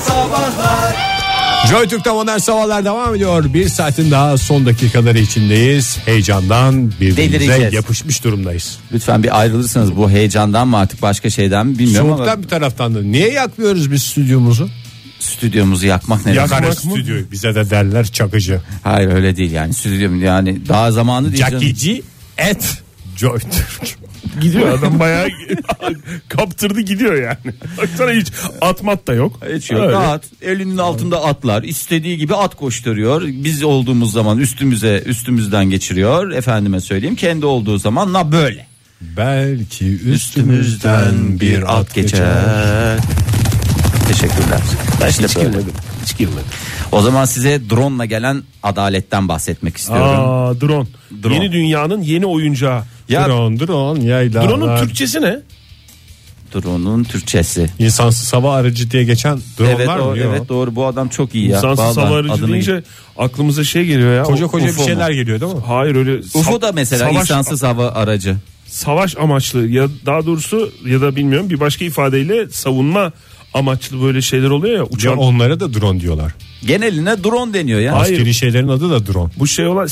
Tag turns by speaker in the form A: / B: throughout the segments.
A: Sabahlar
B: Joy Türk'te modern sabahlar devam ediyor. Bir saatin daha son dakikaları içindeyiz. Heyecandan birbirimize
C: Delireceğiz.
B: yapışmış durumdayız.
C: Lütfen bir ayrılırsanız bu heyecandan mı artık başka şeyden mi bilmiyorum ama
B: Soğuktan bir taraftan da niye yakmıyoruz biz stüdyomuzu?
C: stüdyomuzu yakmak ne demek?
B: Yakara stüdyoyu bize de derler çakıcı.
C: Hayır öyle değil yani stüdyom yani daha zamanı değil. canım.
B: Çakici et Joy Türk.
D: Gidiyor adam bayağı kaptırdı gidiyor yani. Baksana hiç atmat da yok.
C: Hiç yok.
D: Öyle.
C: Rahat. Elinin altında atlar. istediği gibi at koşturuyor. Biz olduğumuz zaman üstümüze üstümüzden geçiriyor. Efendime söyleyeyim. Kendi olduğu zaman na böyle.
B: Belki üstümüzden bir at geçer.
C: Teşekkürler. İşte
D: hiç
C: böyle.
D: girmedim. Hiç girmedim.
C: O zaman size drone'la gelen adaletten bahsetmek istiyorum.
D: Aa drone.
C: Drone.
D: Yeni dünyanın yeni oyuncağı.
C: Ya-
B: Drone drone yaylalar.
D: Drone'un Türkçesi ne?
C: Drone'un Türkçesi.
B: İnsansız hava aracı diye geçen dronelar
C: evet,
B: mı?
C: doğru,
B: diyor?
C: evet doğru. Bu adam çok iyi ya.
D: İnsansız
C: Vallahi
D: hava aracı
C: adını-
D: deyince aklımıza şey geliyor ya.
B: Koca
D: o-
B: koca
D: UFO
B: bir
D: mu?
B: şeyler geliyor değil mi?
D: Hayır öyle.
C: UFO
D: sap-
C: da mesela
D: savaş,
C: insansız hava aracı.
D: Savaş amaçlı ya daha doğrusu ya da bilmiyorum bir başka ifadeyle savunma amaçlı böyle şeyler oluyor ya.
B: Ya
D: Uçan,
B: onlara da drone diyorlar.
C: Geneline drone deniyor ya.
D: Hayır.
B: Askeri şeylerin adı da drone.
D: bu şey olan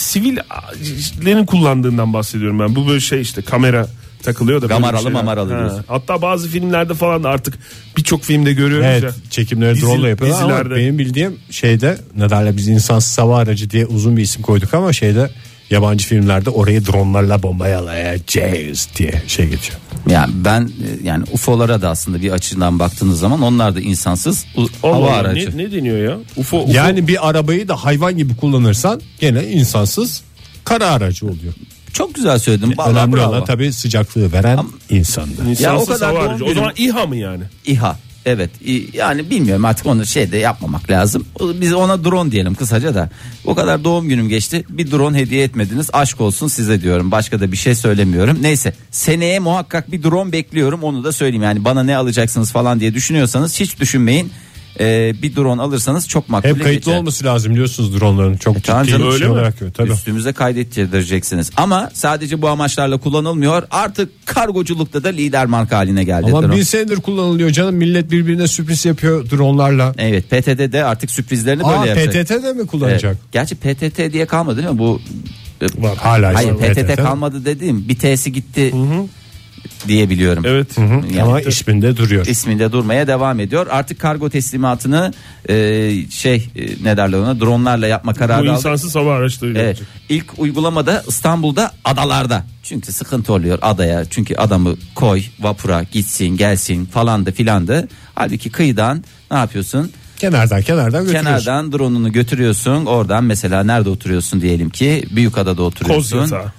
D: sivillerin kullandığından bahsediyorum ben. Bu böyle şey işte kamera takılıyor da. böyle bir
C: Kameralı
D: şeyler.
C: mamaralı
D: Ha,
C: diyorsun.
D: Hatta bazı filmlerde falan da artık birçok filmde görüyoruz
B: Evet
D: ya.
B: çekimleri
D: Dizi-
B: drone ile yapıyorlar ama
D: dizilerde.
B: benim bildiğim şeyde ne derler biz insansız hava aracı diye uzun bir isim koyduk ama şeyde yabancı filmlerde orayı dronlarla bombayalayacağız diye şey geçiyor.
C: Yani ben e, yani UFO'lara da aslında bir açıdan baktığınız zaman onlar da insansız u-
D: Allah
C: hava
D: Allah,
C: aracı.
D: Ne, ne deniyor ya? UFO, UFO.
B: Yani bir arabayı da hayvan gibi kullanırsan gene insansız kara aracı oluyor.
C: Çok güzel söyledin. Vallahi
B: Önemli
C: bravo.
B: olan tabii sıcaklığı veren insandı.
D: İnsansız
C: Ya o kadar
D: hava
C: doğum
D: aracı. O
C: günü-
D: zaman İHA mı yani?
C: İHA. Evet i- yani bilmiyorum artık onu şeyde yapmamak lazım. O- Biz ona drone diyelim kısaca da. O kadar doğum günüm geçti. Bir drone hediye etmediniz. Aşk olsun size diyorum. Başka da bir şey söylemiyorum. Neyse seneye muhakkak bir drone bekliyorum. Onu da söyleyeyim. Yani bana ne alacaksınız falan diye düşünüyorsanız hiç düşünmeyin. Ee, bir drone alırsanız çok makul.
B: Hep kayıtlı olması lazım biliyorsunuz dronların çok
C: E, tamam
B: ciddi
C: canım,
B: bir
D: öyle
B: şey
D: mi?
B: olarak görüyor. Tabii.
C: Üstümüze kaydettireceksiniz. Ama sadece bu amaçlarla kullanılmıyor. Artık kargoculukta da lider marka haline geldi.
B: Ama
C: drone.
B: bin senedir kullanılıyor canım millet birbirine sürpriz yapıyor dronlarla.
C: Evet PTT'de E, de artık sürprizlerini
B: Aa,
C: böyle yapacak.
B: PTT'de mi
C: Evet.
B: kullanacak?
C: Gerçi PTT diye kalmadı değil mi bu?
B: Var, hala
C: Hayır
B: işte
C: PTT kalmadı dediğim bir T'si gitti diye biliyorum.
D: Evet.
C: Yani
B: Ama isminde duruyor.
C: isminde durmaya devam ediyor. Artık kargo teslimatını e, şey e, ne derler ona dronlarla yapma
D: Bu
C: kararı aldı.
D: insansız hava araçları.
C: Evet. İlk uygulamada İstanbul'da adalarda. Çünkü sıkıntı oluyor adaya. Çünkü adamı koy vapura gitsin gelsin falan da filan da. Halbuki kıyıdan ne yapıyorsun?
B: Kenardan kenardan götürüyorsun.
C: Kenardan drone'unu götürüyorsun. Oradan mesela nerede oturuyorsun diyelim ki Büyükada'da
D: Koz
C: oturuyorsun.
D: yatağı.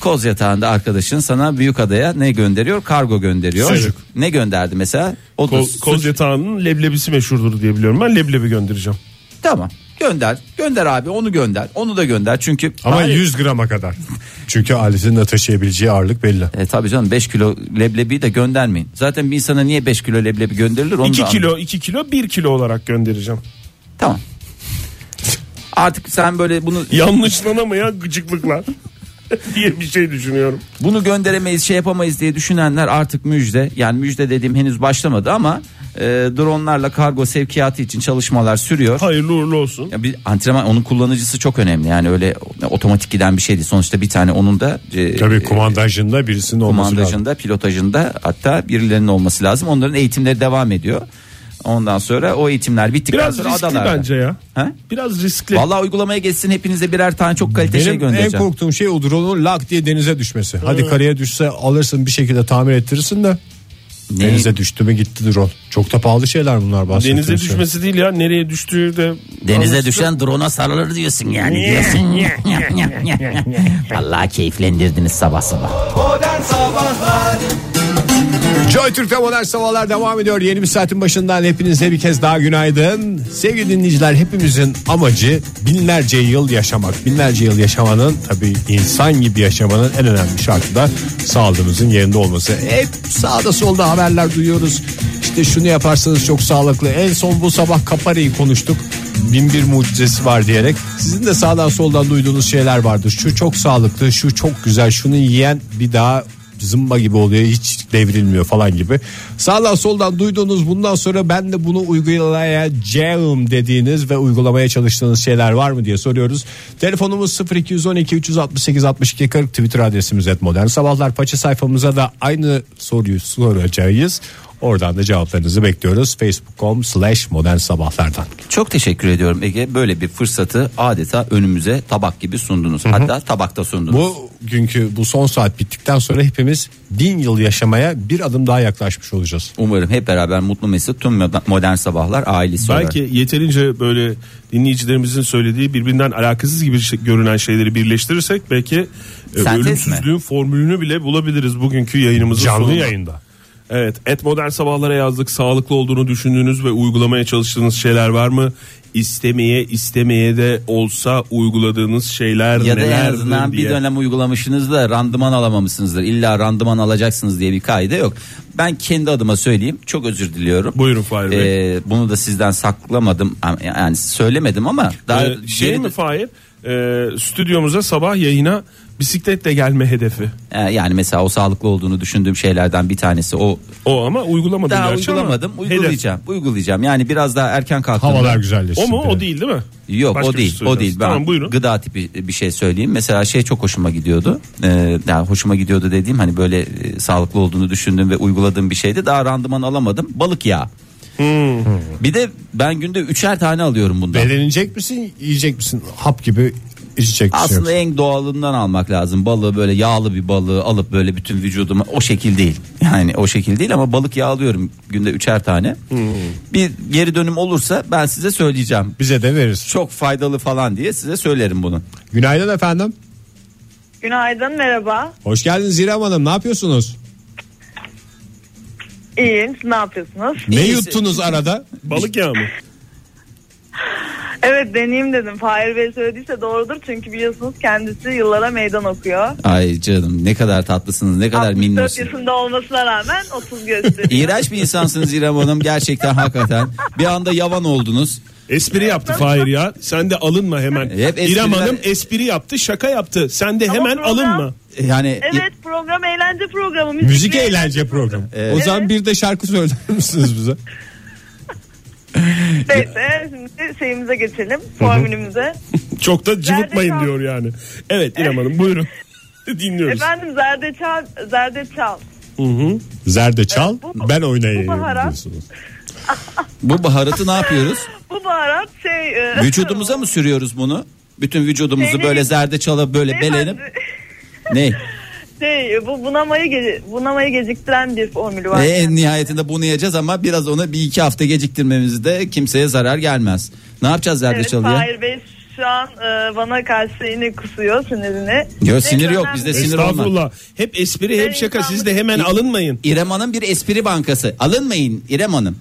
C: Koz yatağında arkadaşın sana Büyükada'ya ne gönderiyor? Kargo gönderiyor.
D: Sucuk.
C: Ne gönderdi mesela? O da
D: Koz, koz
C: sucuk.
D: yatağının leblebisi meşhurdur diye biliyorum. Ben leblebi göndereceğim.
C: Tamam. Gönder. Gönder abi onu gönder. Onu da gönder. Çünkü
B: Ama
C: Hayır.
B: 100 grama kadar. Çünkü ailesinin de taşıyabileceği ağırlık belli.
C: E, tabii canım 5 kilo leblebiyi de göndermeyin. Zaten bir insana niye 5 kilo leblebi gönderilir onu
D: 2
C: da anlıyorum.
D: kilo, 2 kilo, 1 kilo olarak göndereceğim.
C: Tamam. Artık sen böyle bunu
D: Yanlışlanamayan gıcıklıklar diye bir şey düşünüyorum.
C: bunu gönderemeyiz şey yapamayız diye düşünenler artık müjde. Yani müjde dediğim henüz başlamadı ama e, dronlarla kargo sevkiyatı için çalışmalar sürüyor.
D: Hayırlı uğurlu olsun.
C: Ya bir antrenman onun kullanıcısı çok önemli. Yani öyle otomatik giden bir şey değil. Sonuçta bir tane onun da e,
B: Tabii kumandajında birisinin olması lazım.
C: kumandajında, pilotajında hatta birilerinin olması lazım. Onların eğitimleri devam ediyor. Ondan sonra o eğitimler bittikten
D: Biraz
C: sonra
D: riskli
C: adalarda.
D: bence ya.
C: Ha?
D: Biraz riskli.
C: Vallahi uygulamaya geçsin hepinize birer tane çok kalite şey
B: Benim en
C: göndereceğim.
B: korktuğum şey o drone'un lak diye denize düşmesi. Hadi karaya düşse alırsın bir şekilde tamir ettirirsin de.
C: Ne?
B: Denize düştü mü gitti drone. Çok da pahalı şeyler bunlar bahsettiğim
D: Denize
B: şey.
D: düşmesi değil ya nereye düştüğü de
E: Denize düşen drona sarılır diyorsun yani diyorsun. Vallahi keyiflendirdiniz sabah sabah.
A: Modern Sabahlar
B: Joy Türk'te modern sabahlar devam ediyor. Yeni bir saatin başından hepinize bir kez daha günaydın. Sevgili dinleyiciler hepimizin amacı binlerce yıl yaşamak. Binlerce yıl yaşamanın tabii insan gibi yaşamanın en önemli şartı da sağlığımızın yerinde olması. Hep sağda solda haberler duyuyoruz. İşte şunu yaparsanız çok sağlıklı. En son bu sabah Kapari'yi konuştuk. Bin bir mucizesi var diyerek. Sizin de sağdan soldan duyduğunuz şeyler vardır. Şu çok sağlıklı, şu çok güzel, şunu yiyen bir daha zımba gibi oluyor hiç devrilmiyor falan gibi. Sağdan soldan duyduğunuz bundan sonra ben de bunu uygulayacağım dediğiniz ve uygulamaya çalıştığınız şeyler var mı diye soruyoruz. Telefonumuz 0212 368 62 40 Twitter adresimiz et modern sabahlar paça sayfamıza da aynı soruyu soracağız. Oradan da cevaplarınızı bekliyoruz. Facebook.com slash modern sabahlardan.
C: Çok teşekkür ediyorum Ege. Böyle bir fırsatı adeta önümüze tabak gibi sundunuz. Hatta tabakta sundunuz.
B: Bu günkü bu son saat bittikten sonra hepimiz bin yıl yaşamaya bir adım daha yaklaşmış olacağız.
C: Umarım hep beraber mutlu mesut tüm moder- modern sabahlar ailesi olarak.
D: Belki yeterince böyle dinleyicilerimizin söylediği birbirinden alakasız gibi şey- görünen şeyleri birleştirirsek belki e,
C: Sentez mi?
D: ölümsüzlüğün formülünü bile bulabiliriz bugünkü yayınımızın
B: Canlı
D: sonunda.
B: yayında.
D: Evet, et modern sabahlara yazdık. Sağlıklı olduğunu düşündüğünüz ve uygulamaya çalıştığınız şeyler var mı? İstemeye istemeye de olsa uyguladığınız şeyler
C: ya da en
D: nelerdir
C: azından
D: diye.
C: bir dönem uygulamışsınız da randıman alamamışsınızdır. İlla randıman alacaksınız diye bir kaide yok. Ben kendi adıma söyleyeyim. Çok özür diliyorum.
D: Buyurun Fahir Bey.
C: Ee, bunu da sizden saklamadım. Yani söylemedim ama daha
D: Ee, şey
C: geri-
D: mi Fahir? Ee, stüdyomuza sabah yayına bisikletle gelme hedefi.
C: Ee, yani mesela o sağlıklı olduğunu düşündüğüm şeylerden bir tanesi o
D: O ama uygulamadım
C: daha
D: gerçi ama
C: uygulamadım.
D: hedef.
C: Uygulayacağım. Uygulayacağım. Yani biraz daha erken kalktım.
B: Havalar güzelleşti.
D: O mu?
B: Evet.
D: O değil değil mi?
C: Yok
D: Başka
C: o
D: bir
C: değil
D: şey
C: o değil.
D: söyleyeceğiz.
C: Ben
D: Tamam buyurun.
C: gıda tipi bir şey söyleyeyim. Mesela şey çok hoşuma gidiyordu. Ee, yani hoşuma gidiyordu dediğim hani böyle e, sağlıklı olduğunu düşündüğüm ve uyguladığım bir şeydi. Daha randıman alamadım. Balık yağı.
D: Hmm.
C: Bir de ben günde üçer tane alıyorum bundan.
B: Belenecek misin, yiyecek misin? Hap gibi içecek şey misin?
C: Aslında en doğalından almak lazım. Balığı böyle yağlı bir balığı alıp böyle bütün vücuduma o şekil değil. Yani o şekil değil ama balık yağı alıyorum günde üçer tane.
B: Hmm.
C: Bir geri dönüm olursa ben size söyleyeceğim.
B: Bize de veririz.
C: Çok faydalı falan diye size söylerim bunu.
B: Günaydın efendim.
F: Günaydın, merhaba.
B: Hoş geldiniz İrem Hanım. Ne yapıyorsunuz?
F: İyiyim, ne yapıyorsunuz?
B: Ne
C: İyisi.
B: yuttunuz arada?
D: Balık yağı mı?
F: Evet, deneyeyim dedim. Fahir Bey söylediyse doğrudur çünkü biliyorsunuz kendisi yıllara meydan okuyor.
C: Ay canım ne kadar tatlısınız ne kadar
F: 64
C: minnosunuz.
F: yaşında olmasına rağmen 30 gösteriyor.
C: İğrenç bir insansınız İrem Hanım gerçekten hakikaten. Bir anda yavan oldunuz.
D: Espri yaptı Fahir ya. Sen de alınma hemen.
C: Hep espriler-
D: İrem Hanım espri yaptı, şaka yaptı. Sen de
F: Ama
D: hemen
F: program-
D: alınma.
C: Yani
F: Evet, program eğlence programı. Müzik,
B: Müzik
F: ve-
B: eğlence programı. O zaman bir de şarkı söyler misiniz bize?
F: Neyse, şimdi şeyimize geçelim, formülümüze.
D: Çok da cıvıtmayın
F: Zerdeçal.
D: diyor yani. Evet İrem Hanım buyurun. Dinliyoruz.
F: Efendim zerdeçal, zerdeçal.
B: Zerdeçal,
F: Evet, bu-
B: ben
F: bu
B: oynayayım
F: baharat.
B: diyorsunuz.
C: bu baharatı ne yapıyoruz?
F: Bu baharat şey... e,
C: Vücudumuza mı sürüyoruz bunu? Bütün vücudumuzu
F: Benim-
C: böyle zerdeçala böyle
F: Beyefendi,
C: belenip ne?
F: Şey, bu bunamayı, ge- bunamayı geciktiren bir formülü var.
C: E, en nihayetinde bunu yiyeceğiz ama biraz ona bir iki hafta geciktirmemizde kimseye zarar gelmez. Ne yapacağız
F: Evet,
C: zerdeçalıya?
F: Fahir Bey şu an e, bana karşı yine kusuyor sinirini.
C: Yo,
F: Ne
C: sinir yok,
F: önemli-
C: bizde sinir-
D: Estağfurullah. Hep espri hep
F: Ben
D: şaka.
F: insanlık-
D: Siz de hemen alınmayın.
C: İrem Hanım bir espri bankası. Alınmayın İrem Hanım.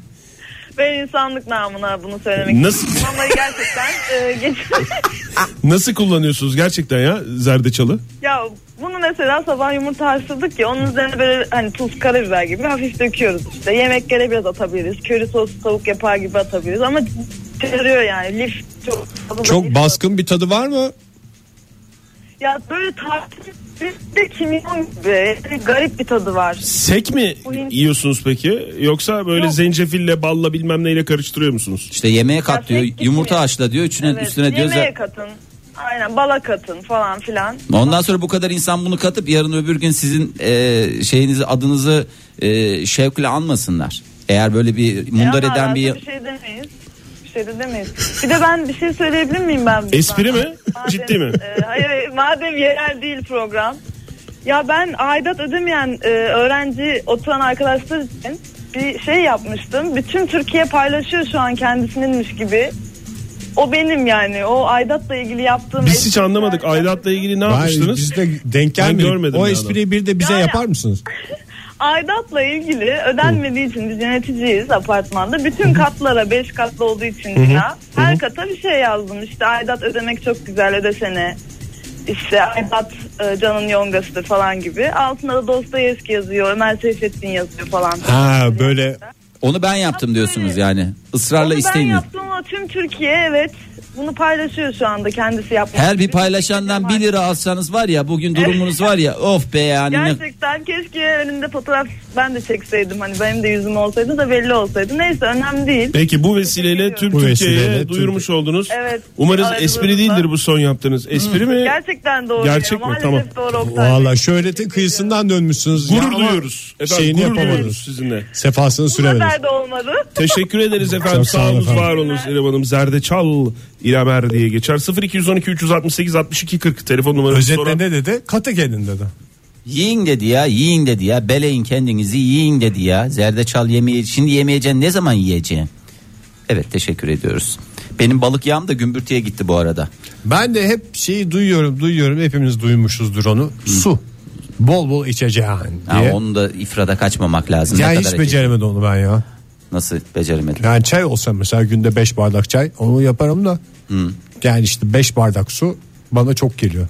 F: Ben insanlık namına bunu söylemek
D: Nasıl
F: istiyorum. Ama gerçekten e, geç-
D: nasıl kullanıyorsunuz gerçekten ya zerdeçalı?
F: ya bunu mesela sabah yumurta haşladık ya onun üzerine böyle hani tuz karabiber gibi hafif döküyoruz işte. Yemeklere biraz atabiliriz. Köri soslu tavuk yapar gibi atabiliriz ama çıkarıyor yani. Lif çok
B: Çok
F: lif-
B: baskın bir tadı var mı?
F: Ya böyle tartışık de kimyon gibi garip bir tadı var.
D: Sek mi
F: Oyun-
D: yiyorsunuz peki? Yoksa böyle
F: Yok.
D: zencefille balla bilmem neyle karıştırıyor musunuz?
C: İşte yemeğe kat diyor,
F: Affettik
C: yumurta
F: mi?
C: haşla diyor, üstüne,
F: Evet,
C: üstüne diyor.
F: yemeğe
C: zer-
F: katın. Aynen bala katın falan filan.
C: Ondan sonra bu kadar insan bunu katıp yarın öbür gün sizin e, şeyinizi adınızı e, şevkle anmasınlar. Eğer böyle
F: E
C: bir mundar
F: Ya,
C: eden
F: zaten
C: bir
F: bir şey demeyiz. Bir şey de demeyiz. Bir de ben bir şey söyleyebilir miyim ben? buradan?
D: Espri mi? Ciddi mi?
F: e, hayır, hayır, madem yerel değil program. Ya ben aidat ödemeyen e, öğrenci oturan arkadaşlar için bir şey yapmıştım. Bütün Türkiye paylaşıyor şu an kendisininmiş gibi. O benim yani. O aidatla ilgili yaptığım...
D: Biz hiç anlamadık aidatla ilgili ne
B: Hayır,
D: yapmıştınız?
B: biz de denk
D: Ben
B: gelmedik.
D: görmedim
B: O
D: ya
B: espriyi bir de bize
F: Yani-
B: yapar mısınız?
F: Aidatla ilgili ödenmediği için biz yöneticiyiz apartmanda. Bütün katlara 5 katlı olduğu için bina. Her kata bir şey yazdım. İşte aidat ödemek çok güzel ödesene. İşte aidat e, canın yongasıdır falan gibi. Altında da Dostoyevski yazıyor. Ömer Seyfettin yazıyor falan.
B: Ha böyle
C: onu ben yaptım diyorsunuz yani.
F: Onu
C: Israrla
F: ben
C: isteyin.
F: yaptım ama tüm Türkiye evet bunu paylaşıyor şu anda kendisi yapmış.
C: Her bir
F: Bizim
C: paylaşandan
F: var.
C: 1 lira alsanız var ya bugün durumunuz var ya of be yani. ne-
F: Gerçekten keşke önümde fotoğraf ben de çekseydim. Hani benim de yüzüm olsaydı da belli olsaydı. Neyse önemli değil.
D: Peki bu vesileyle tüm
B: Bu
D: Türkiye'ye
B: vesileyle tüm-
D: duyurmuş oldunuz.
F: Evet.
D: Umarız
F: Aracılığımızla.
D: espri değildir bu son yaptığınız. Espri mi?
F: Gerçekten doğru.
D: Gerçek
F: ya.
D: mi?
F: Maalesef
D: Tamam.
F: doğru Oktay.
B: Valla şöhretin kıyısından dönmüşsünüz.
D: Gurur
B: Ya ama
D: duyuyoruz. Efendim,
B: şeyini
D: gurur
B: yapamadınız.
D: duyuyoruz sizinle.
B: Sefasını
F: Bu
B: süremediniz.
F: kadar da olmadı.
D: Teşekkür ederiz efendim.
B: Çok sağ olun
D: Sağ olun,
B: efendim.
D: var olunuz İrem Hanım. Zerdeçal İrem Er diye geçer. 0212 368 62 40 telefon numaramız
B: Özetle
D: sonra.
B: ne dedi? Katı kendin dedi.
C: Yiyin dedi ya yiyin dedi ya beleyin kendinizi yiyin dedi ya. Zerdeçal yemeği şimdi yemeyeceksin ne zaman yiyeceksin? Evet teşekkür ediyoruz. Benim balık yağım da gümbürtüye gitti bu arada.
B: Ben de hep şeyi duyuyorum duyuyorum hepimiz duymuşuzdur onu. Su. Bol bol içeceğin
C: Ha,
B: diye.
C: onu da ifrada kaçmamak lazım.
B: ya
C: ne
B: hiç
C: kadar
B: beceremedim onu ben ya.
C: Nasıl beceremedim?
B: Yani çay olsa mesela günde 5 bardak çay onu yaparım da. Yani işte 5 bardak su bana çok geliyor.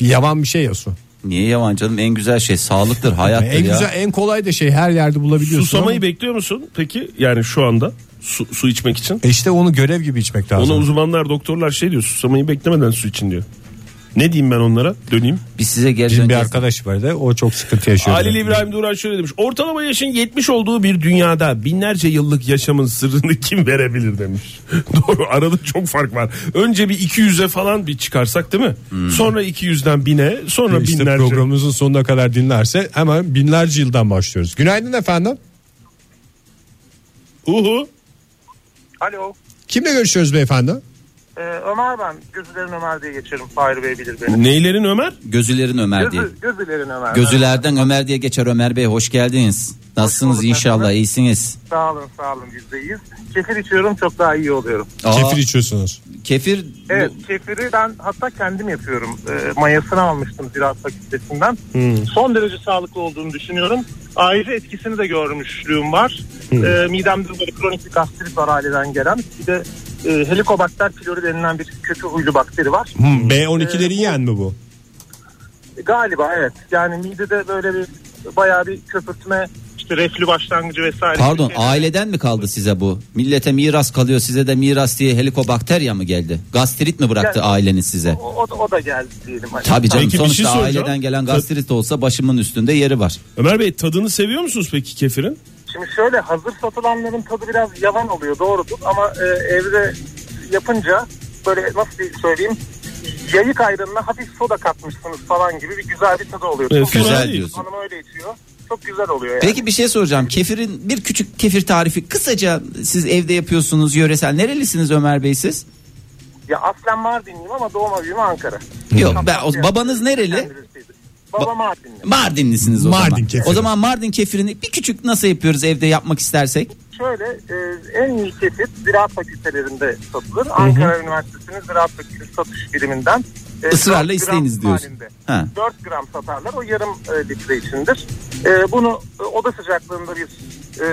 B: Bir yavan bir şey ya su.
C: Niye yavan canım en güzel şey sağlıktır hayattır
B: en
C: ya.
B: güzel en kolay da şey her yerde bulabiliyorsun.
D: Susamayı
B: ama-
D: bekliyor musun peki? Yani şu anda su, su içmek için.
B: E işte onu görev gibi içmek lazım.
D: Ona uzmanlar doktorlar şey diyor susamayı beklemeden su için diyor. Ne diyeyim ben onlara? Döneyim.
C: Biz size
B: Bizim
C: gerçekten
B: bir arkadaş vardı o çok sıkıntı yaşıyordu.
D: Halil İbrahim Duran şöyle demiş. Ortalama yaşın 70 olduğu bir dünyada binlerce yıllık yaşamın sırrını kim verebilir demiş. Doğru arada çok fark var. Önce bir 200'e falan bir çıkarsak değil mi? Sonra 200'den 1000'e sonra
B: İşte
D: binlerce.
B: programımızın sonuna kadar dinlerse hemen binlerce yıldan başlıyoruz. Günaydın efendim.
D: Uhu.
G: Alo.
B: Kimle görüşüyoruz beyefendi?
G: Ee, Ömer ben. Gözülerin Ömer diye geçerim. Fahir Bey bilir beni.
D: Neylerin Ömer?
C: Gözülerin Ömer diye.
G: Gözü, gözülerin Ömer.
C: Gözülerden Ömer diye geçer Ömer Bey hoş geldiniz. Nasılsınız
G: bulduk
C: inşallah
G: efendim.
C: iyisiniz.
G: Sağ olun sağ olun biz de iyiyiz. Kefir içiyorum çok daha iyi oluyorum.
C: Aa,
B: Kefir
C: kefir,
B: içiyorsunuz.
G: Evet kefiri ben hatta kendim yapıyorum. Ee, mayasını almıştım ziraat fakültesinden.
C: Hmm.
G: Son derece sağlıklı olduğunu düşünüyorum. Ayrıca etkisini de görmüşlüğüm var.
C: Hmm.
G: Ee, midemde böyle kronik bir gastrit var aileden gelen. Bir de e, helikobakter pylori denilen bir kötü huylu bakteri var.
B: Hmm. B12'leri yiyen mi bu?
G: Galiba evet. Yani midede böyle bir bayağı bir köpürtme işte reflü başlangıcı vesaire.
C: Pardon
G: Bir şey-
C: aileden mi kaldı size bu? Millete miras kalıyor size de miras diye helikobakterya mı geldi? Gastrit mi bıraktı
G: Gel-
C: aileniz size?
G: O, o, da, o da geldi diyelim. Hani.
C: Tabii canım
D: Peki, bir şey
C: sonuçta
D: soracağım.
C: aileden gelen gastrit olsa başımın üstünde yeri var.
D: Ömer Bey tadını seviyor musunuz peki kefirin?
G: Şimdi şöyle hazır satılanların tadı biraz yavan oluyor doğrudur ama e, evde yapınca böyle nasıl diyeyim- söyleyeyim yayık ayranına hafif soda katmışsınız falan gibi bir güzel bir tadı oluyor.
D: Evet,
G: Çok
C: Güzel
D: değil.
C: diyorsun.
G: Hanım öyle içiyor. Çok güzel oluyor yani.
C: Peki bir şey soracağım. Kefirin bir küçük kefir tarifi kısaca siz evde yapıyorsunuz yöresel. Nerelisiniz Ömer Bey siz?
G: Ya aslen Mardinliyim ama doğma büyüme Ankara.
C: Yok ben, o- babanız nereli?
G: Kendisiydi. Baba Mardinli.
C: Mardinlisiniz o
B: Mardin
C: zaman.
B: kefiri.
C: O zaman Mardin kefirini bir küçük nasıl yapıyoruz evde yapmak istersek?
G: Şöyle e, en iyi kesit ziraat fakültelerinde satılır. Ankara Üniversitesi'nin ziraat fakültesi satış biriminden. e,
C: Israrla
G: dört gram
C: isteyiniz diyorsun.
G: halinde.
C: Ha.
G: 4 gram satarlar o yarım e, litre içindir. E, bunu e, oda sıcaklığında bir e,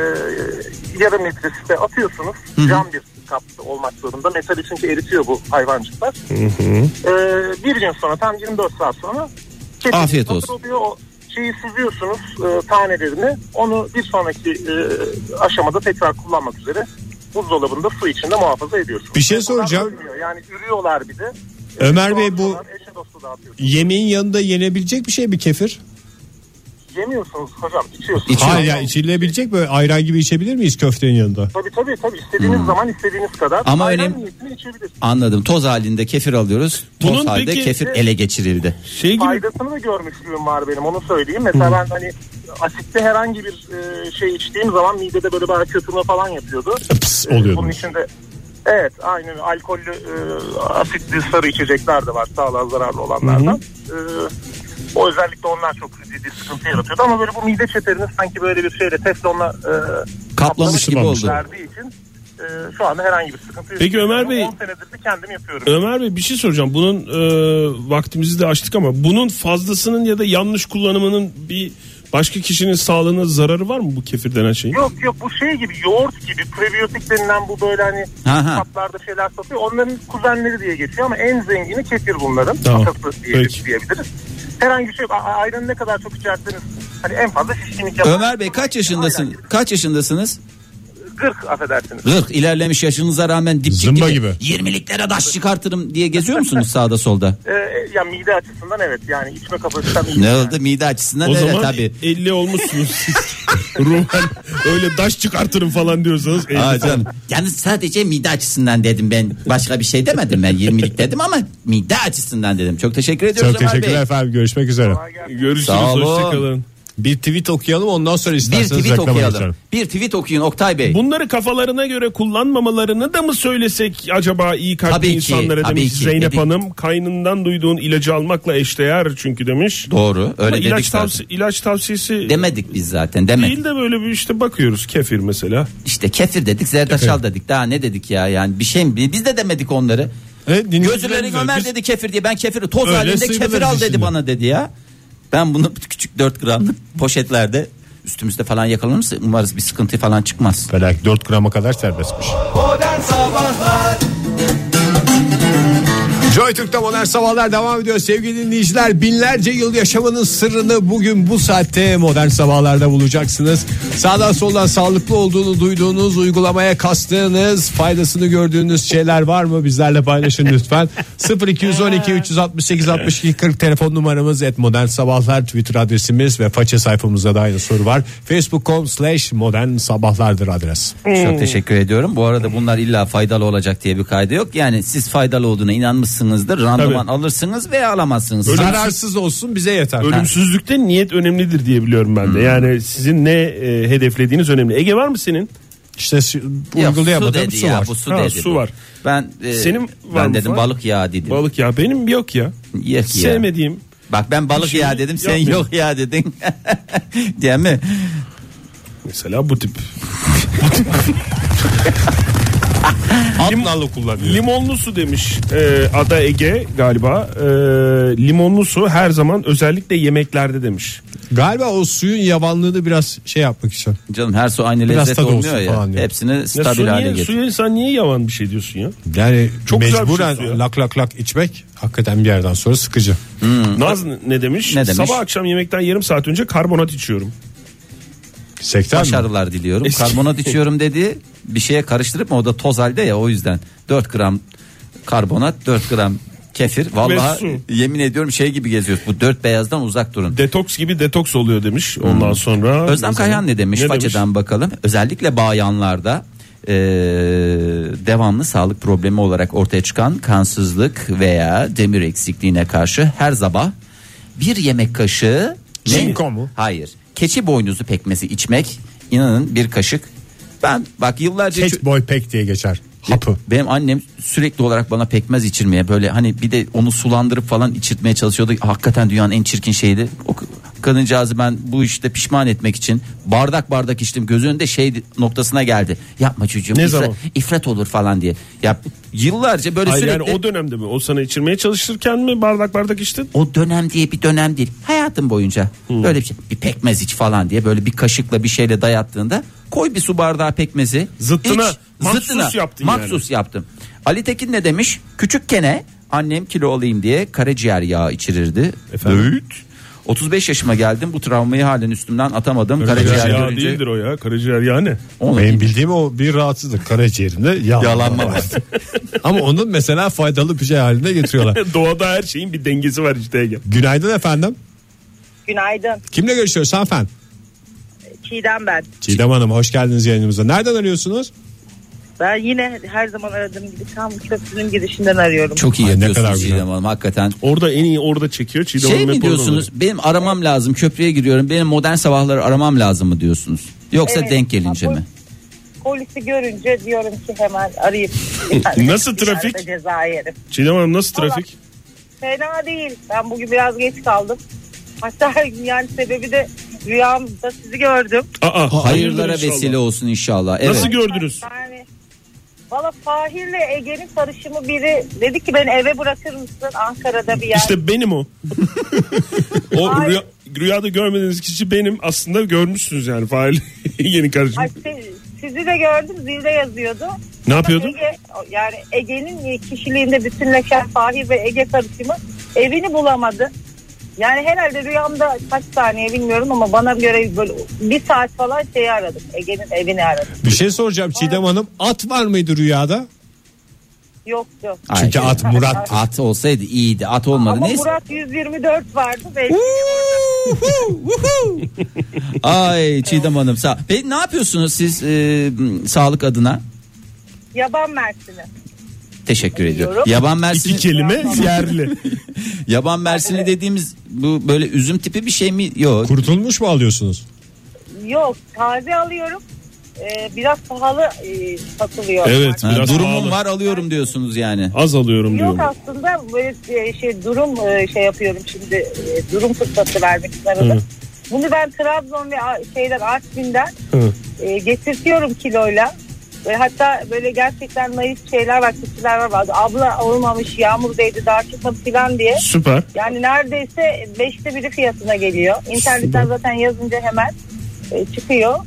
G: yarım litresi atıyorsunuz. Cam bir kap olmak zorunda. Metali çünkü eritiyor bu hayvancıklar. E, bir gün sonra tam 24 saat sonra kesin
C: Afiyet
G: hazır
C: olsun.
G: Oluyor. O şeyi süzüyorsunuz e, tanelerini. Onu bir sonraki e, aşamada tekrar kullanmak üzere buzdolabında su içinde muhafaza ediyorsunuz.
B: Bir şey
G: O kadar
B: soracağım.
G: ölmüyor. Yani ürüyorlar bir de. E,
B: Ömer Bey, bu-
G: doğruyorlar, eşe dostu dağıtıyorsunuz.
B: Yemeğin yanında yenebilecek bir şey mi kefir?
G: Yemiyorsunuz hocam içiyorsunuz.
C: İçiyorum.
B: Hayır ya içilebilecek böyle ayran gibi içebilir miyiz köftenin yanında?
G: Tabii tabii tabii istediğiniz
B: Hmm.
G: zaman istediğiniz kadar.
C: Ama
G: Ayran
C: önemli-
G: niyetini içebilirsiniz.
C: Anladım. Toz halinde kefir alıyoruz. Toz
D: Bunun
C: halde
D: peki-
C: kefir ele geçirildi.
D: Şey gibi
G: Faydasını da görmüşlüğüm var benim onu söyleyeyim. Mesela ben hani asitte herhangi bir e, şey içtiğim zaman midede böyle bir kötülme falan yapıyordu.
B: Pıs
G: E,
B: oluyor.
G: Bunun
B: demiş.
G: içinde evet aynen alkollü e, asitli sarı içecekler de var sağlığa zararlı olanlardan. E, o özellikle onlar çok ciddi sıkıntı yaratıyordu ama böyle bu mide çeperini sanki böyle bir şeyle teflonla e,
C: Kaplamış gibi
B: Kaplamış.
C: oldu.
G: verdiği için e, şu anda herhangi bir sıkıntı yok.
D: Peki Ömer Bey-
G: 10 senedir de kendim yapıyorum.
D: Ömer Bey bir şey soracağım. Bunun e, vaktimizi de açtık ama bunun fazlasının ya da yanlış kullanımının bir başka kişinin sağlığına zararı var mı bu kefir denen şeyin?
G: Yok yok bu şey gibi yoğurt gibi prebiyotik denilen bu böyle hani
C: Ha, ha.
G: kaplarda şeyler satıyor. Onların kuzenleri diye geçiyor ama en zengini kefir bunların.
D: Tamam.
G: Atası diye-
D: Peki.
G: diyebiliriz. Herhangi bir şey yok. A- a- Ayranı ne kadar çok içerseniz hani en fazla şişkinlik yapar.
C: Ömer Bey kaç yaşındasın?
G: Ayran.
C: Kaç yaşındasınız?
G: gırk affedersiniz.
C: Zırk ilerlemiş yaşınıza rağmen dipçik
B: Zımba gibi.
C: 20'liklere daş çıkartırım diye geziyor musunuz sağda solda?
G: Ee, ya mide açısından evet yani içme kapasitem iyi.
C: Ne oldu mide açısından
D: O
C: öyle
D: zaman
C: tabii.
D: 50 olmuşsunuz siz. Ruhen öyle daş çıkartırım falan diyorsanız. 50
C: Aa, canım. Yalnız sadece mide açısından dedim ben. Başka bir şey demedim ben 20'lik dedim ama mide açısından dedim. Çok teşekkür ediyoruz
B: Çok
C: Ömer Bey.
B: teşekkürler efendim. Görüşmek üzere.
D: Görüşürüz
C: Sağ olun.
D: hoşçakalın.
B: Bir tweet okuyalım ondan sonra
C: Bir
B: isterseniz
C: tweet
B: reklama
C: okuyalım.
B: geçelim.
C: Bir tweet okuyun Oktay Bey.
D: Bunları kafalarına göre kullanmamalarını da mı söylesek acaba iyi kalpli
C: Tabii ki,
D: insanlara
C: tabii
D: demiş
C: ki.
D: Zeynep
C: Dedik.
D: Hanım. Kaynından duyduğun ilacı almakla eşdeğer çünkü demiş.
C: Doğru
D: Ama
C: öyle dedik
D: ilaç,
C: zaten.
D: tavsi- ilaç tavsiyesi
C: Demedik biz zaten demedik.
D: değil de böyle bir işte bakıyoruz kefir mesela.
C: İşte kefir dedik zerdeçal dedik daha ne dedik ya yani bir şey mi biz de demedik onları.
B: Evet, E, dinleyicilerimiz
C: Gözülerin
B: var.
C: Ömer
B: Biz-
C: dedi kefir diye ben kefiri toz
B: Öyle
C: halinde kefir
B: sıyrılırız
D: şey
C: al dedi
B: içinden.
C: bana dedi ya. Ben bunu küçük 4 gramlık poşetlerde üstümüzde falan yakalanırsa umarız bir sıkıntı falan çıkmaz.
B: Belki 4 grama kadar serbestmiş.
A: Modern Sabahlar
B: Joy Türk'te modern sabahlar devam ediyor. Sevgili dinleyiciler binlerce yıl yaşamanın sırrını bugün bu saatte modern sabahlarda bulacaksınız. Sağdan soldan sağlıklı olduğunu duyduğunuz, uygulamaya kastığınız, faydasını gördüğünüz şeyler var mı? Bizlerle paylaşın lütfen. 0212 368 62 40 telefon numaramız et modern sabahlar Twitter adresimiz ve faça sayfamızda da aynı soru var. Facebook.com slash modern sabahlardır adres.
C: Çok teşekkür ediyorum. Bu arada bunlar illa faydalı olacak diye bir kaydı yok. Yani siz faydalı olduğuna inanmışsınızdır. Randıman
D: Tabii.
C: alırsınız veya alamazsınız.
B: Zararsız olsun bize yeter.
D: Ölümsüzlükte niyet önemlidir diye biliyorum ben de.
C: Hmm.
D: Yani sizin ne e, hedeflediğiniz önemli. Ege var mı senin?
B: İşte şu-
C: Ya
B: uygulayamadığım
C: dedi
B: su
C: ya,
B: var.
C: bu su
D: Ha,
C: dedi.
D: su
C: bu.
D: var.
C: Ben e,
D: Senin var
C: ben
D: mı
C: dedim
D: falan?
C: balık yağı dedim.
D: Balık ya benim yok ya.
C: Yok ya.
D: Sevmediğim.
C: Bak ben balık
D: Şey
C: ya dedim sen
D: yapmıyorum.
C: yok ya dedin. Değil mi?
D: Mesela bu tip.
B: Aptallı kullanıyor.
D: Limonlu su demiş e, Ada Ege galiba. E, limonlu su her zaman özellikle yemeklerde demiş.
B: Galiba o suyun yavanlığını biraz şey yapmak için.
C: Canım her su aynı
B: Biraz
C: lezzet
B: tadı
C: olmuyor
B: olsun
C: ya.
B: falan diyor.
C: Hepsini
D: Ya su
C: stabil hale
D: niye-
C: getir.
D: suya insan niye yavan bir şey diyorsun ya?
B: Yani
D: Çok güzel bir şey
B: mecburen
D: su ya.
B: lak lak lak içmek hakikaten bir yerden sonra sıkıcı.
D: Naz ne demiş?
C: Ne demiş?
D: Sabah akşam yemekten yarım saat önce karbonat içiyorum.
B: Sekten mi?
C: Başarılar diliyorum.
D: Eski-
C: Karbonat içiyorum dedi. Bir şeye karıştırıp mı o da toz halde ya o yüzden. 4 gram karbonat 4 gram kefir.
D: su.
C: Vallahi yemin ediyorum şey gibi geziyoruz. Bu dört beyazdan uzak durun.
D: Detoks gibi detoks oluyor demiş. Ondan sonra
C: Özlem Kayhan ne demiş? Façadan bakalım. Özellikle bayanlarda eee, devamlı sağlık problemi olarak ortaya çıkan kansızlık veya demir eksikliğine karşı her sabah bir yemek kaşığı ne?
B: Çinko mu?
C: Hayır. Keçi boynuzu pekmezi içmek inanın bir kaşık. Ben bak yıllarca
B: Catch boy pek diye geçer. Hapı.
C: benim annem sürekli olarak bana pekmez içirmeye böyle hani bir de onu sulandırıp falan içirtmeye çalışıyordu. Hakikaten dünyanın en çirkin şeydi. O kadıncağızı ben bu işte pişman etmek için bardak bardak içtim. Göz önünde şey noktasına geldi. Yapma çocuğum
D: Ne
C: ifra-
D: zaman?
C: ifrat olur falan diye. Ya yıllarca böyle
D: Hayır,
C: sürekli
D: yani o dönemde mi? O sana içirmeye çalışırken mi bardak bardak içtin?
C: o dönem diye bir dönem değil. Hayatım boyunca
D: Hmm.
C: böyle bir şey bir pekmez iç falan diye böyle bir kaşıkla bir şeyle dayattığında koy bir su bardağı pekmezi.
D: Zıttına,
C: iç,
D: maksus yaptın yani.
C: Maksus yaptım. Ali Tekin ne demiş? Küçükkene annem kilo olayım diye karaciğer yağı içirirdi. Öğüt. 35 yaşıma geldim bu travmayı halen üstümden atamadım. Karaciğer,
D: Karaciğer yağı
C: görünce-
D: değildir o ya. Karaciğer yağı ne?
C: Oğlum,
B: Benim bildiğim o bir rahatsızlık. Karaciğerinde yağlanma,
C: Yağlanma
B: var. Ama onun mesela faydalı bir şey haline getiriyorlar.
D: Doğada her şeyin bir dengesi var işte Ege.
B: Günaydın efendim.
F: Günaydın.
B: Kimle görüşüyoruz hanımefendi?
F: Çiğdem ben.
B: Çiğdem Hanım hoş geldiniz yayınımıza. Nereden arıyorsunuz?
F: Ben yine her zaman aradığım gibi tam köprünün girişinden arıyorum.
C: Çok iyi
B: Ay, ne kadar
C: yapıyorsunuz
B: güzel.
C: Çiğdem Hanım hakikaten.
D: Orada en iyi orada çekiyor. Çiğdem
C: Şey
D: Hanım hep
C: mi
D: orada
C: diyorsunuz?
D: oluyor.
C: Benim aramam lazım. Köprüye giriyorum. Benim modern sabahları aramam lazım mı diyorsunuz? Yoksa
F: Evet.
C: denk gelince mi?
F: Polisi görünce diyorum ki hemen arayıp.
D: Nasıl trafik?
F: Bir ceza yerim.
D: Çiğdem Hanım nasıl trafik?
F: Fena değil. Ben bugün biraz geç kaldım. Hatta yani sebebi de rüyamda sizi gördüm.
C: Hayırlara
D: Aa, hayırdır inşallah.
C: vesile olsun inşallah. Evet.
D: Nasıl gördünüz?
F: Yani Valla Fahir'le Ege'nin karışımı biri dedi ki beni eve bırakır mısın Ankara'da bir yer.
D: İşte benim o. o
F: Ay.
D: rüya- rüyada görmediğiniz kişi benim. Aslında görmüşsünüz yani fail yeni kardeşim.
F: Ay, si- sizi de gördüm zilde yazıyordu.
D: Ne yapıyordun?
F: Ege, yani Ege'nin kişiliğinde bütünleşen Fahir ve Ege karışımı evini bulamadı. Yani herhalde rüyamda kaç saniye bilmiyorum ama bana göre böyle bir saat falan şeyi aradım. Ege'nin evini aradım.
B: Bir şey soracağım Çiğdem Hanım. At var mıydı rüyada?
F: Yok yok.
B: Çünkü
C: Ay,
B: at Murat.
C: at olsaydı iyiydi. At olmadı.
F: Ama
C: Neyse.
F: Murat 124 vardı belki.
C: Ay Çiğdem Hanım sağ. Peki ne yapıyorsunuz siz e, m, sağlık adına?
F: Yaban mersini.
C: Teşekkür ediyorum.
F: Diyorum.
C: Yaban
D: İki
C: mersini,
D: kelime yerli.
C: yaban mersini dediğimiz bu böyle üzüm tipi bir şey mi? Yok.
B: Kurutulmuş mu alıyorsunuz?
F: Yok taze alıyorum. Ee, biraz pahalı e, satılıyor.
D: Evet.
C: Ha,
D: Biraz
C: durumum
D: pahalı.
C: var alıyorum diyorsunuz yani.
D: Az alıyorum
F: Yok
D: diyorum.
F: aslında böyle e, şey durum e, şey yapıyorum şimdi e, durum fırsatı vermek için arada. Bunu ben Trabzon ve A- şeyden Artvin'den
D: Hı.
F: e, getirtiyorum kiloyla. Ve hatta böyle gerçekten naif şeyler var, kişiler var. Bazı Abla olmamış, yağmur değdi, daha çıkmadı filan diye.
D: Süper.
F: Yani neredeyse beşte biri fiyatına geliyor. İnternetten zaten yazınca hemen e, çıkıyor.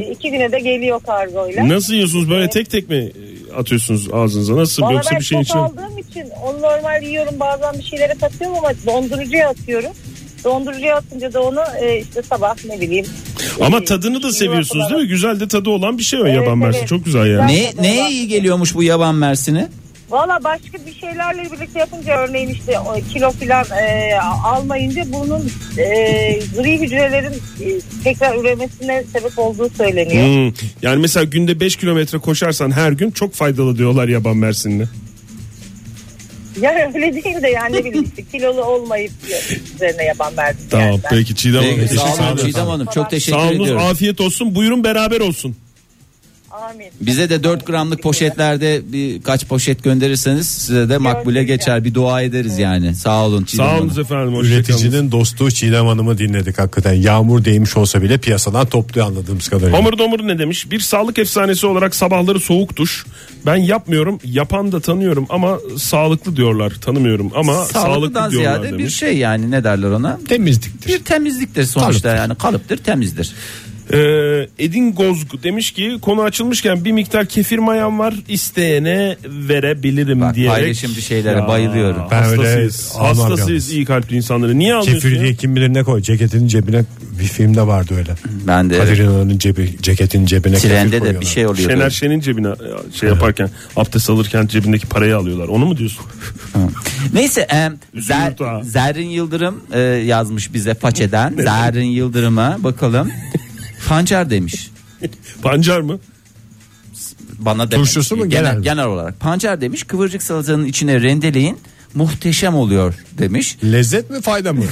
F: E, iki güne de geliyor kargoyla.
D: Nasıl yiyorsunuz böyle tek tek mi e, atıyorsunuz ağzınıza? Nasıl
F: Valla
D: yoksa
F: ben
D: bir şey şeyin
F: çok
D: içine?
F: aldığım için onu normal yiyorum bazen bir şeylere katıyorum ama dondurucuya atıyorum. Dondurucuya atınca da onu e, işte sabah ne bileyim.
D: Ama
F: e,
D: tadını da
F: yoğurt
D: seviyorsunuz
F: olarak-
D: değil mi? Güzel de tadı olan bir şey o
F: Evet,
D: yaban mersi.
F: evet.
D: Çok güzel yani.
C: Ne neye iyi geliyormuş bu yaban mersini?
F: Valla başka bir şeylerle birlikte yapınca örneğin işte o kilo filan e, almayınca bunun e, gri hücrelerin e, tekrar üremesine sebep olduğu söyleniyor.
D: Hmm. Yani mesela günde 5 kilometre koşarsan her gün çok faydalı diyorlar yaban mersinli. Hmm.
F: Ya öyle değil de yani ne bileyim işte kilolu olmayıp üzerine yaban verdim.
D: Tamam peki Çiğdem Hanım.
C: Peki,
D: teşekkür
C: sağ olun
D: ederim.
C: Çiğdem Hanım çok teşekkür
D: Sağ olun
C: ediyorum.
D: afiyet olsun buyurun beraber olsun.
F: Amin.
C: Bize de 4 gramlık poşetlerde bir kaç poşet gönderirseniz size de makbule geçer. Bir dua ederiz yani. Sağ olun Çiğdem
D: Sağ
C: Hanım.
D: olun efendim hoşçakalın.
B: Üreticinin dostu Çiğdem Hanım'ı dinledik hakikaten. Yağmur değmiş olsa bile piyasadan topluyor anladığımız kadarıyla.
D: Homur Domur ne demiş? Bir sağlık efsanesi olarak sabahları soğuk duş. Ben yapmıyorum. Yapan da tanıyorum ama sağlıklı diyorlar. Tanımıyorum ama
C: Sağlıklıdan
D: sağlıklı diyorlar
C: ziyade bir
D: demiş.
C: şey yani ne derler ona?
B: Temizliktir.
C: Bir temizliktir sonuçta yani kalıptır temizdir.
D: Ee, Edin Gozgu demiş ki konu açılmışken bir miktar kefir mayam var. isteyene verebilirim
C: Bak, şey.
D: diyerek.
C: paylaşımcı şeylere bayılıyorum.
B: Ben öyle
D: hastasıyız.
B: almam
D: Hastasıyız
B: yalnız.
D: iyi kalpli insanları. Niye almıyorsun
B: Kefiri
D: ya?
B: diye kim bilir ne koy. Ceketinin cebine bir filmde vardı öyle.
C: Ben de
B: Kadir İnanır'ın cebi, ceketinin cebine kefir
C: trende de
B: koyuyorlar.
C: bir şey oluyor.
D: Şener Şen'in cebine e, şey yaparken abdest alırken cebindeki parayı alıyorlar. Onu mu diyorsun?
C: Neyse e,
D: Üzülür
C: Zer-
D: daha.
C: Zerrin Yıldırım e, yazmış bize façeden. Zerrin Yıldırım'a bakalım. Pancar demiş.
D: Pancar mı?
C: Bana demek.
B: Turşusu mu, genel
C: Genel,
B: mi?
C: genel olarak. Pancar demiş kıvırcık salatanın içine rendeleyin muhteşem oluyor demiş.
B: Lezzet mi fayda mı?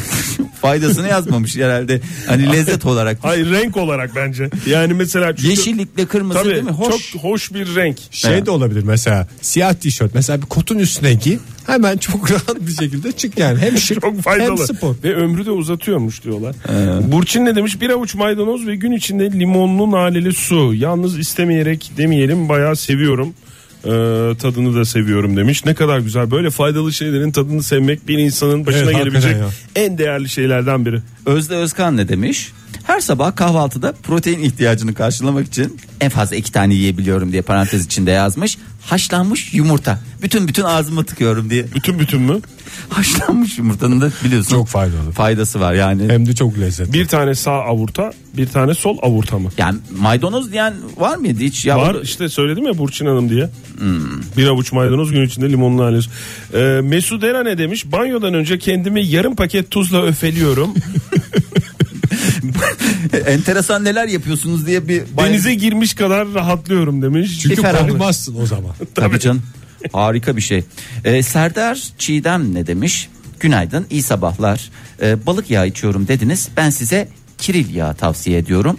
C: Faydasını yazmamış herhalde. Hani lezzet olarak.
D: Hayır renk olarak bence. Yani mesela çünkü-
C: Yeşillikle kırmızı
D: Tabii,
C: değil mi? Hoş.
D: çok hoş bir renk.
B: Şey de olabilir mesela siyah tişört mesela bir kotun üstüne giy hemen çok rahat bir şekilde çık yani hem şık
D: Çok faydalı.
B: hem spor.
D: Ve ömrü de uzatıyormuş diyorlar. Burçin ne demiş? Bir avuç maydanoz ve gün içinde limonlu naneli su. Yalnız istemeyerek demeyelim bayağı seviyorum. Ee, tadını da seviyorum demiş. Ne kadar güzel. Böyle faydalı şeylerin tadını sevmek bir insanın başına
B: Evet, hakikaten
D: gelebilecek
B: ya.
D: en değerli şeylerden biri.
C: Özde Özkan ne demiş? Her sabah kahvaltıda protein ihtiyacını karşılamak için en fazla iki tane yiyebiliyorum diye parantez içinde yazmış. Haşlanmış yumurta. Bütün bütün ağzıma tıkıyorum diye.
D: Bütün bütün mü?
C: Haşlanmış yumurtanın da biliyorsun.
B: Çok faydalı.
C: Faydası var yani.
B: Hem de çok lezzetli.
D: Bir tane sağ avurta, bir tane sol avurta mı?
C: Yani maydanoz diyen var mıydı hiç? Ya
D: Var
C: bu-
D: işte söyledim ya Burçin Hanım diye. Bir avuç maydanoz gün içinde limonlu alıyoruz. Ee, Mesut Eren ne demiş? Banyodan önce kendimi yarım paket tuzla öfeliyorum.
C: Enteresan neler yapıyorsunuz diye bir
D: Denize girmiş kadar rahatlıyorum demiş.
B: Çünkü
C: Bir ferahlık.
B: korkmazsın o zaman.
C: Tabii canım. Harika bir şey. Ee, Serdar Çiğdem ne demiş? Günaydın, iyi sabahlar. Ee, balık yağı içiyorum dediniz. Ben size kiril yağı tavsiye ediyorum.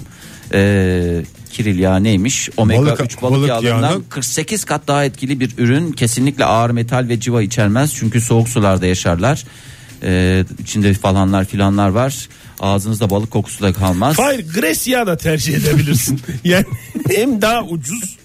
C: Ee, kiril yağı neymiş? Omega
B: Balık-
C: 3 balık,
B: balık
C: yağlarından
B: yağının-
C: 48 kat daha etkili bir ürün. Kesinlikle ağır metal ve civa içermez. Çünkü soğuk sularda yaşarlar. Ee, içinde falanlar filanlar var. Ağzınızda balık kokusu da kalmaz.
D: Hayır Grecia da tercih edebilirsin. yani hem daha ucuz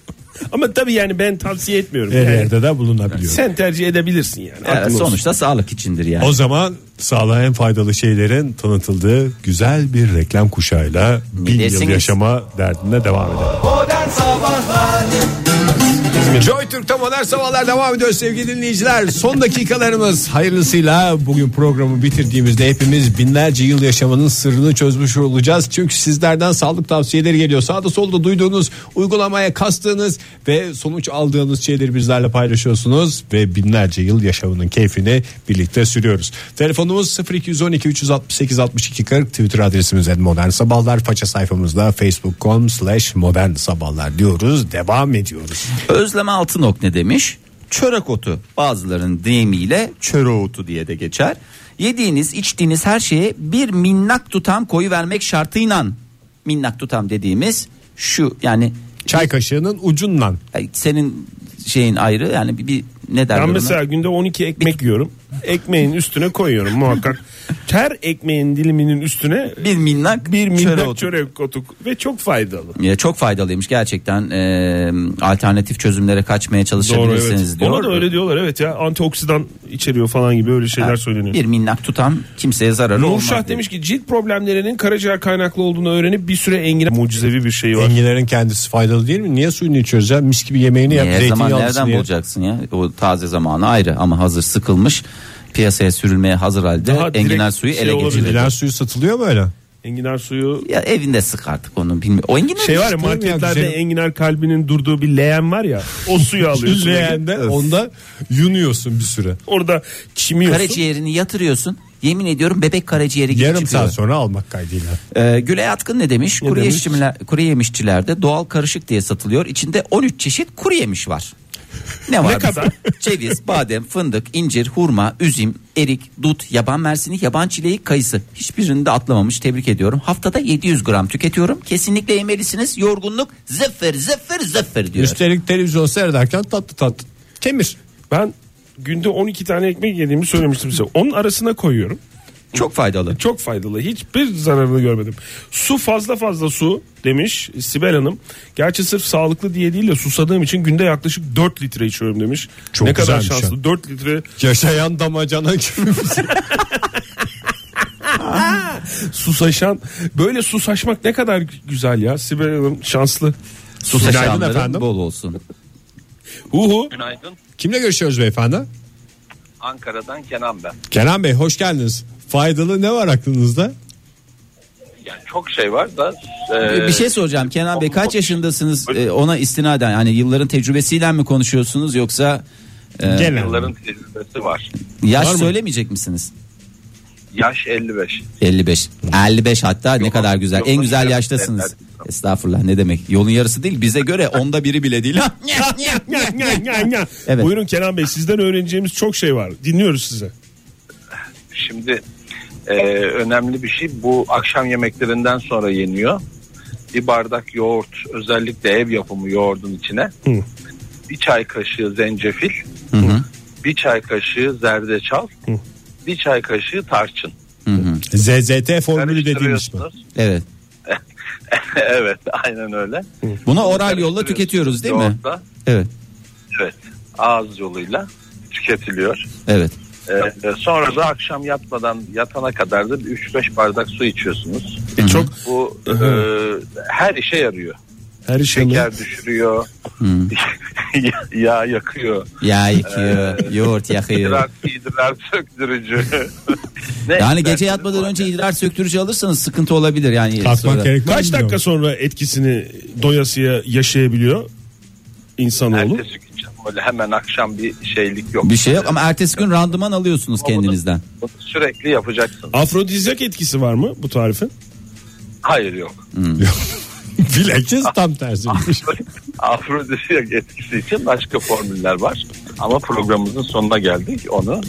D: ama tabii yani ben tavsiye etmiyorum.
B: Her
D: Yani
B: yerde de bulunabiliyor.
D: sen tercih edebilirsin yani.
C: Ee,
D: Aklın olsun.
C: sonuçta sağlık içindir yani.
B: O zaman sağlığa en faydalı şeylerin tanıtıldığı güzel bir reklam kuşağıyla bin yıl
C: Bilirsiniz.
B: yaşama derdine devam edelim.
A: Modern Sabahlar
D: Bizim
B: Joy Türk'te modern sabahlar devam ediyor sevgili dinleyiciler. Son dakikalarımız hayırlısıyla bugün programı bitirdiğimizde hepimiz binlerce yıl yaşamanın sırrını çözmüş olacağız. Çünkü sizlerden sağlık tavsiyeleri geliyor. Sağda solda duyduğunuz, uygulamaya kastığınız ve sonuç aldığınız şeyleri bizlerle paylaşıyorsunuz. Ve binlerce yıl yaşamının keyfini birlikte sürüyoruz. Telefonumuz 0212 368 62 40 Twitter adresimiz modern sabahlar. Faça sayfamızda facebook.com slash modern sabahlar diyoruz. Devam ediyoruz.
C: Özlem Altınok ne demiş? Çörek otu bazılarının deyimiyle çöre otu diye de geçer. Yediğiniz içtiğiniz her şeye bir minnak tutam koyu vermek şartıyla minnak tutam dediğimiz şu yani
B: Çay kaşığının ucundan.
C: ay, senin şeyin ayrı yani bir, bir ne derler
D: Ben
C: ona?
D: mesela günde 12 ekmek yiyorum. Ekmeğin üstüne koyuyorum muhakkak. Her ekmeğin diliminin üstüne
C: bir minnak
D: bir
C: çöre
D: minnak
C: otu.
D: çörek kotuk ve çok faydalı.
C: Ya, çok faydalıymış gerçekten e, alternatif çözümlere kaçmaya
D: Doğru
C: çalışabilirsiniz
D: evet.
C: diyor.
D: Ona da öyle diyorlar evet ya antioksidan içeriyor falan gibi öyle şeyler söyleniyor.
C: Bir minnak tutam kimseye zararı olmaz.
D: Nurşah demiş ki cilt problemlerinin karaciğer kaynaklı olduğunu öğrenip bir süre engine mucizevi bir şey var.
B: Engilerin kendisi faydalı değil mi? Niye suyunu içiyoruz ya? Mis gibi yemeğini yap.
C: Her zaman
B: zeytinyağlısını
C: nereden
B: ye.
C: bulacaksın ya? O taze zamanı ayrı ama hazır sıkılmış piyasaya sürülmeye hazır halde
D: Daha
C: enginar
D: direkt
C: suyu
D: şey
C: ele
D: olabilir.
C: geçirildi.
B: Enginar suyu satılıyor mu öyle?
D: Enginar suyu
C: Ya evinde sık artık onu bilmiyorum. O enginar
D: şey var ya
B: Değil mi ya,
D: marketlerde
B: güzel.
D: enginar kalbinin durduğu bir leğen var ya o suyu alıyorsun.
B: Leğende onda yunuyorsun bir süre.
D: Orada çimiyorsun.
C: karaciğerini yatırıyorsun. Yemin ediyorum bebek karaciğeri gibi
B: Yarım
C: çıkıyor.
B: saat sonra almak kaydıyla.
C: Ee, Gülay Atkın ne demiş? kuru,
D: demiş?
C: yemişçiler- kuru yemişçilerde doğal karışık diye satılıyor. İçinde 13 çeşit kuru yemiş var. Ne var? mesela? Ceviz, badem, fındık, incir, hurma, üzüm, erik, dut, yaban mersini, yaban çileği, kayısı. Hiçbirini de atlamamış. Tebrik ediyorum. Haftada 700 gram tüketiyorum. Kesinlikle yemelisiniz. Yorgunluk zıfır zıfır zıfır diyor.
B: Üstelik televizyon seyrederken tatlı tatlı. Kemir.
D: Ben günde 12 tane ekmek yediğimi söylemiştim size. Onun arasına koyuyorum.
C: Çok faydalı.
D: Çok faydalı. Hiçbir zararını görmedim. Su fazla fazla su demiş Sibel Hanım. Gerçi sırf sağlıklı diye değil de susadığım için günde yaklaşık 4 litre içiyorum demiş.
B: Çok
D: ne kadar
B: güzelmiş
D: şanslı.
B: ha.
D: 4 litre
B: Yaşayan damacana gibi. şey.
D: susaşan. Böyle susaşmak ne kadar güzel ya. Sibel Hanım şanslı.
C: Su
B: Günaydın
C: saçanların
B: efendim.
C: bol olsun.
D: Uhu.
H: Günaydın.
B: Kimle görüşüyoruz beyefendi?
H: Ankara'dan Kenan ben.
B: Kenan Bey hoş geldiniz. Faydalı ne var aklınızda?
H: Yani çok şey var da e,
G: Ee,
C: Bir şey soracağım Kenan Bey kaç yaşındasınız Ee, ona istinaden yani yılların tecrübesiyle mi konuşuyorsunuz yoksa
B: Genel.
H: yılların tecrübesi var.
C: yaş
B: Var mı?
C: söylemeyecek misiniz?
H: Yaş 55.
C: 55. 55 hatta ne kadar güzel.
H: yok,
C: en
H: yok,
C: güzel
H: yok,
C: yaştasınız.
H: yok,
C: Estağfurullah ne demek. Yolun yarısı değil bize göre onda biri bile değil.
D: Nya, nya, nya, nya.
C: Evet.
D: Buyurun Kenan Bey sizden öğreneceğimiz çok şey var. Dinliyoruz sizi.
H: Şimdi e, önemli bir şey bu akşam yemeklerinden sonra yeniyor. Bir bardak yoğurt özellikle ev yapımı yoğurdun içine.
D: Hı.
H: Bir çay kaşığı zencefil.
C: Hı hı.
H: Bir çay kaşığı zerdeçal.
D: Hı.
H: Bir çay kaşığı tarçın.
C: Hı hı.
B: ZZT formülü dediğimiz şey. mi?
H: Karıştırıyorsunuz.
C: evet.
H: evet aynen öyle.
C: Bunu oral yolla tüketiyoruz değil mi?
H: Yoğurtla,
C: Evet.
H: Evet ağız yoluyla tüketiliyor.
C: Evet.
H: Ee, sonra da akşam yatmadan yatana kadar da 3-5 bardak su içiyorsunuz.
D: Çok
H: Bu e, her işe yarıyor.
D: her şey
H: Şeker düşürüyor, ya- yağ yakıyor,
C: Yağ yakıyor, yoğurt yakıyor.
H: Ee, idrar, idrar söktürücü. Ne
C: Yani
H: isterseniz
C: gece yatmadan
H: var.
C: önce idrar söktürücü alırsanız sıkıntı olabilir yani.
B: Kalkmak
C: Sonra-
B: gerekmez
D: Kaç
B: mi?
D: dakika sonra etkisini doyasıya yaşayabiliyor insanoğlu?
H: Ertesi gün canım böyle hemen akşam bir şeylik yok.
C: Bir şey yok ama ertesi gün randıman alıyorsunuz
H: Ama bunu-
C: kendinizden.
H: bunu sürekli yapacaksın.
D: Afrodizyak etkisi var mı bu tarifin?
H: Hayır yok.
B: Bilakis tam tersiymiş.
C: şey
H: Afrodizyak etkisi için başka formüller var. Ama programımızın sonuna geldik. Onu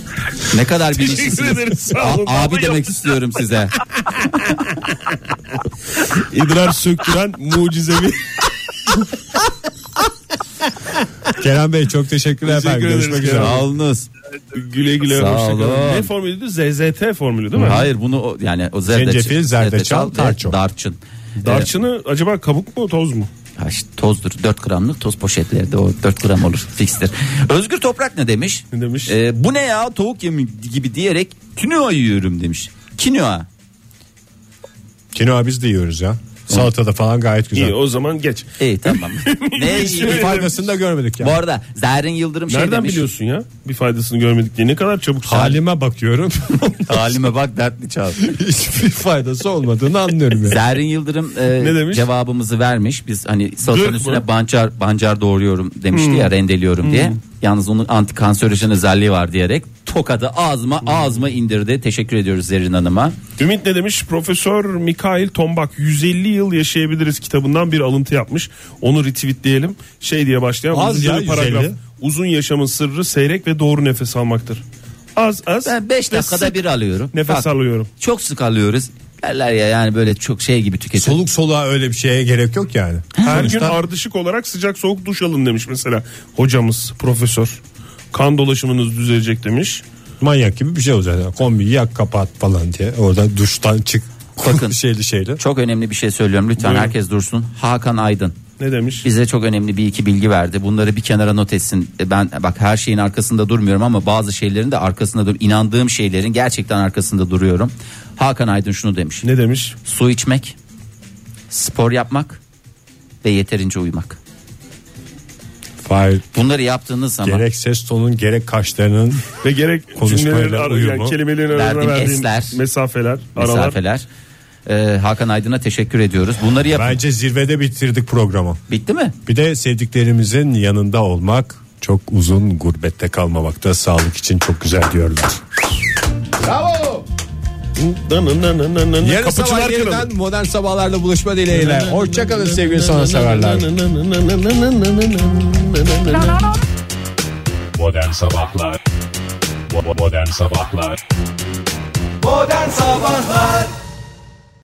C: Ne kadar bilinçlisiniz.
D: Teşekkür ederiz. Sağ
C: A-
D: olun.
C: Abi demek istiyorum size.
D: İdrar söktüren mucizevi.
B: Kenan Bey çok teşekkürler
D: Teşekkür
B: efendim.
D: ederiz
B: Görüşmek
D: Kenan
B: üzere.
D: Bey.
C: Sağolunuz.
D: güle güle.
C: Sağ
D: hoşça kalın.
C: olun.
D: Ne formülüydü? ZZT formülü değil mi?
C: Hayır bunu o- yani o zerdeçal,
B: Zencefil, zerdeçal,
C: ve
B: tarçın.
C: darçın.
D: Darçını acaba kabuk mu toz mu?
C: Ha işte tozdur 4 gramlık toz poşetlerde o 4 gram olur fikstir. Özgür Toprak ne demiş?
D: Ne demiş?
C: Ee, bu ne ya tavuk yemi gibi diyerek kinoa yiyorum demiş. Kinoa.
B: Kinoa biz de yiyoruz ya. Salatada falan gayet güzel.
D: İyi o zaman geç.
C: İyi tamam. ne iyi.
B: Hiçbir faydasını da görmedik
C: Bu
B: yani.
C: arada Zerrin Yıldırım şey
D: Nereden
C: demiş.
D: biliyorsun ya? Bir faydasını görmedik diye ne kadar çabuk
B: Halime bakıyorum.
C: Halime bak dertli çal.
B: Hiçbir faydası olmadığını anlıyorum yani.
C: Zerrin Yıldırım e,
D: Ne demiş?
C: cevabımı vermiş. Biz hani
D: Gırk
C: salatanın
D: mı? Hmm.
C: üstüne bancar bancar doğruyorum demişti ya rendeliyorum diye. Yalnız onun antikanserojen özelliği var diyerek tokadı ağzıma
D: Hmm.
C: ağzıma indirdi. Teşekkür ediyoruz Zerrin Hanım'a.
D: Ümit ne demiş? Profesör Mikail Tombak 150 yıl yaşayabiliriz kitabından bir alıntı yapmış. Onu retweetleyelim. Şey diye başlayan
B: Az
D: uzunca
B: ya,
D: bir paragraf.
B: 150.
D: Uzun yaşamın sırrı seyrek ve doğru nefes almaktır. Az az.
C: Ben 5
D: ve
C: dakikada
D: sık
C: bir alıyorum.
D: nefes
C: Bak,
D: alıyorum.
C: Çok sık alıyoruz. Derler ya yani böyle çok şey gibi tüketir.
B: Soluk soluğa öyle bir şeye gerek yok yani.
D: Her gün
B: Sonuçta
D: ardışık olarak sıcak soğuk duş alın demiş mesela hocamız profesör. Kan dolaşımınız düzelecek demiş.
B: manyak gibi bir şey olacak. Yani kombiyi yak kapat falan diye. Orada duştan çık.
C: Bakın.
B: şeyli şeyli.
C: Çok önemli bir şey söylüyorum lütfen
D: Buyurun.
C: herkes dursun. Hakan Aydın
D: Ne demiş?
C: bize çok önemli bir iki bilgi verdi. Bunları bir kenara not etsin. E, Ben bak her şeyin arkasında durmuyorum ama bazı şeylerin de arkasında dur. İnandığım şeylerin gerçekten arkasında duruyorum. Hakan Aydın şunu demiş.
D: Ne demiş?
C: Su içmek, spor yapmak ve yeterince uyumak.
B: Fahir
C: Bunları yaptığınız zaman
B: gerek ses tonun gerek kaşlarının
D: Ve gerek
B: Konuşmayla
D: cümlelerin ar- yani
B: uyumu.
D: kelimelerin arasına
C: Verdiğin
D: verdiğin
C: esler,
D: mesafeler, aralar.
C: mesafeler. E, Hakan Aydın'a teşekkür ediyoruz. Bunları yapın.
B: bence zirvede bitirdik programı.
C: Bitti mi?
B: Bir de sevdiklerimizin yanında olmak çok uzun gurbette kalmamakta sağlık için çok güzel diyorlar.
D: Yarın
B: Yarın sabah yeniden modern sabahlarla buluşma dileğiyle. Hoşçakalın sevgili sana severler.
I: Modern Sabahlar Bo- Modern Sabahlar
A: Modern Sabahlar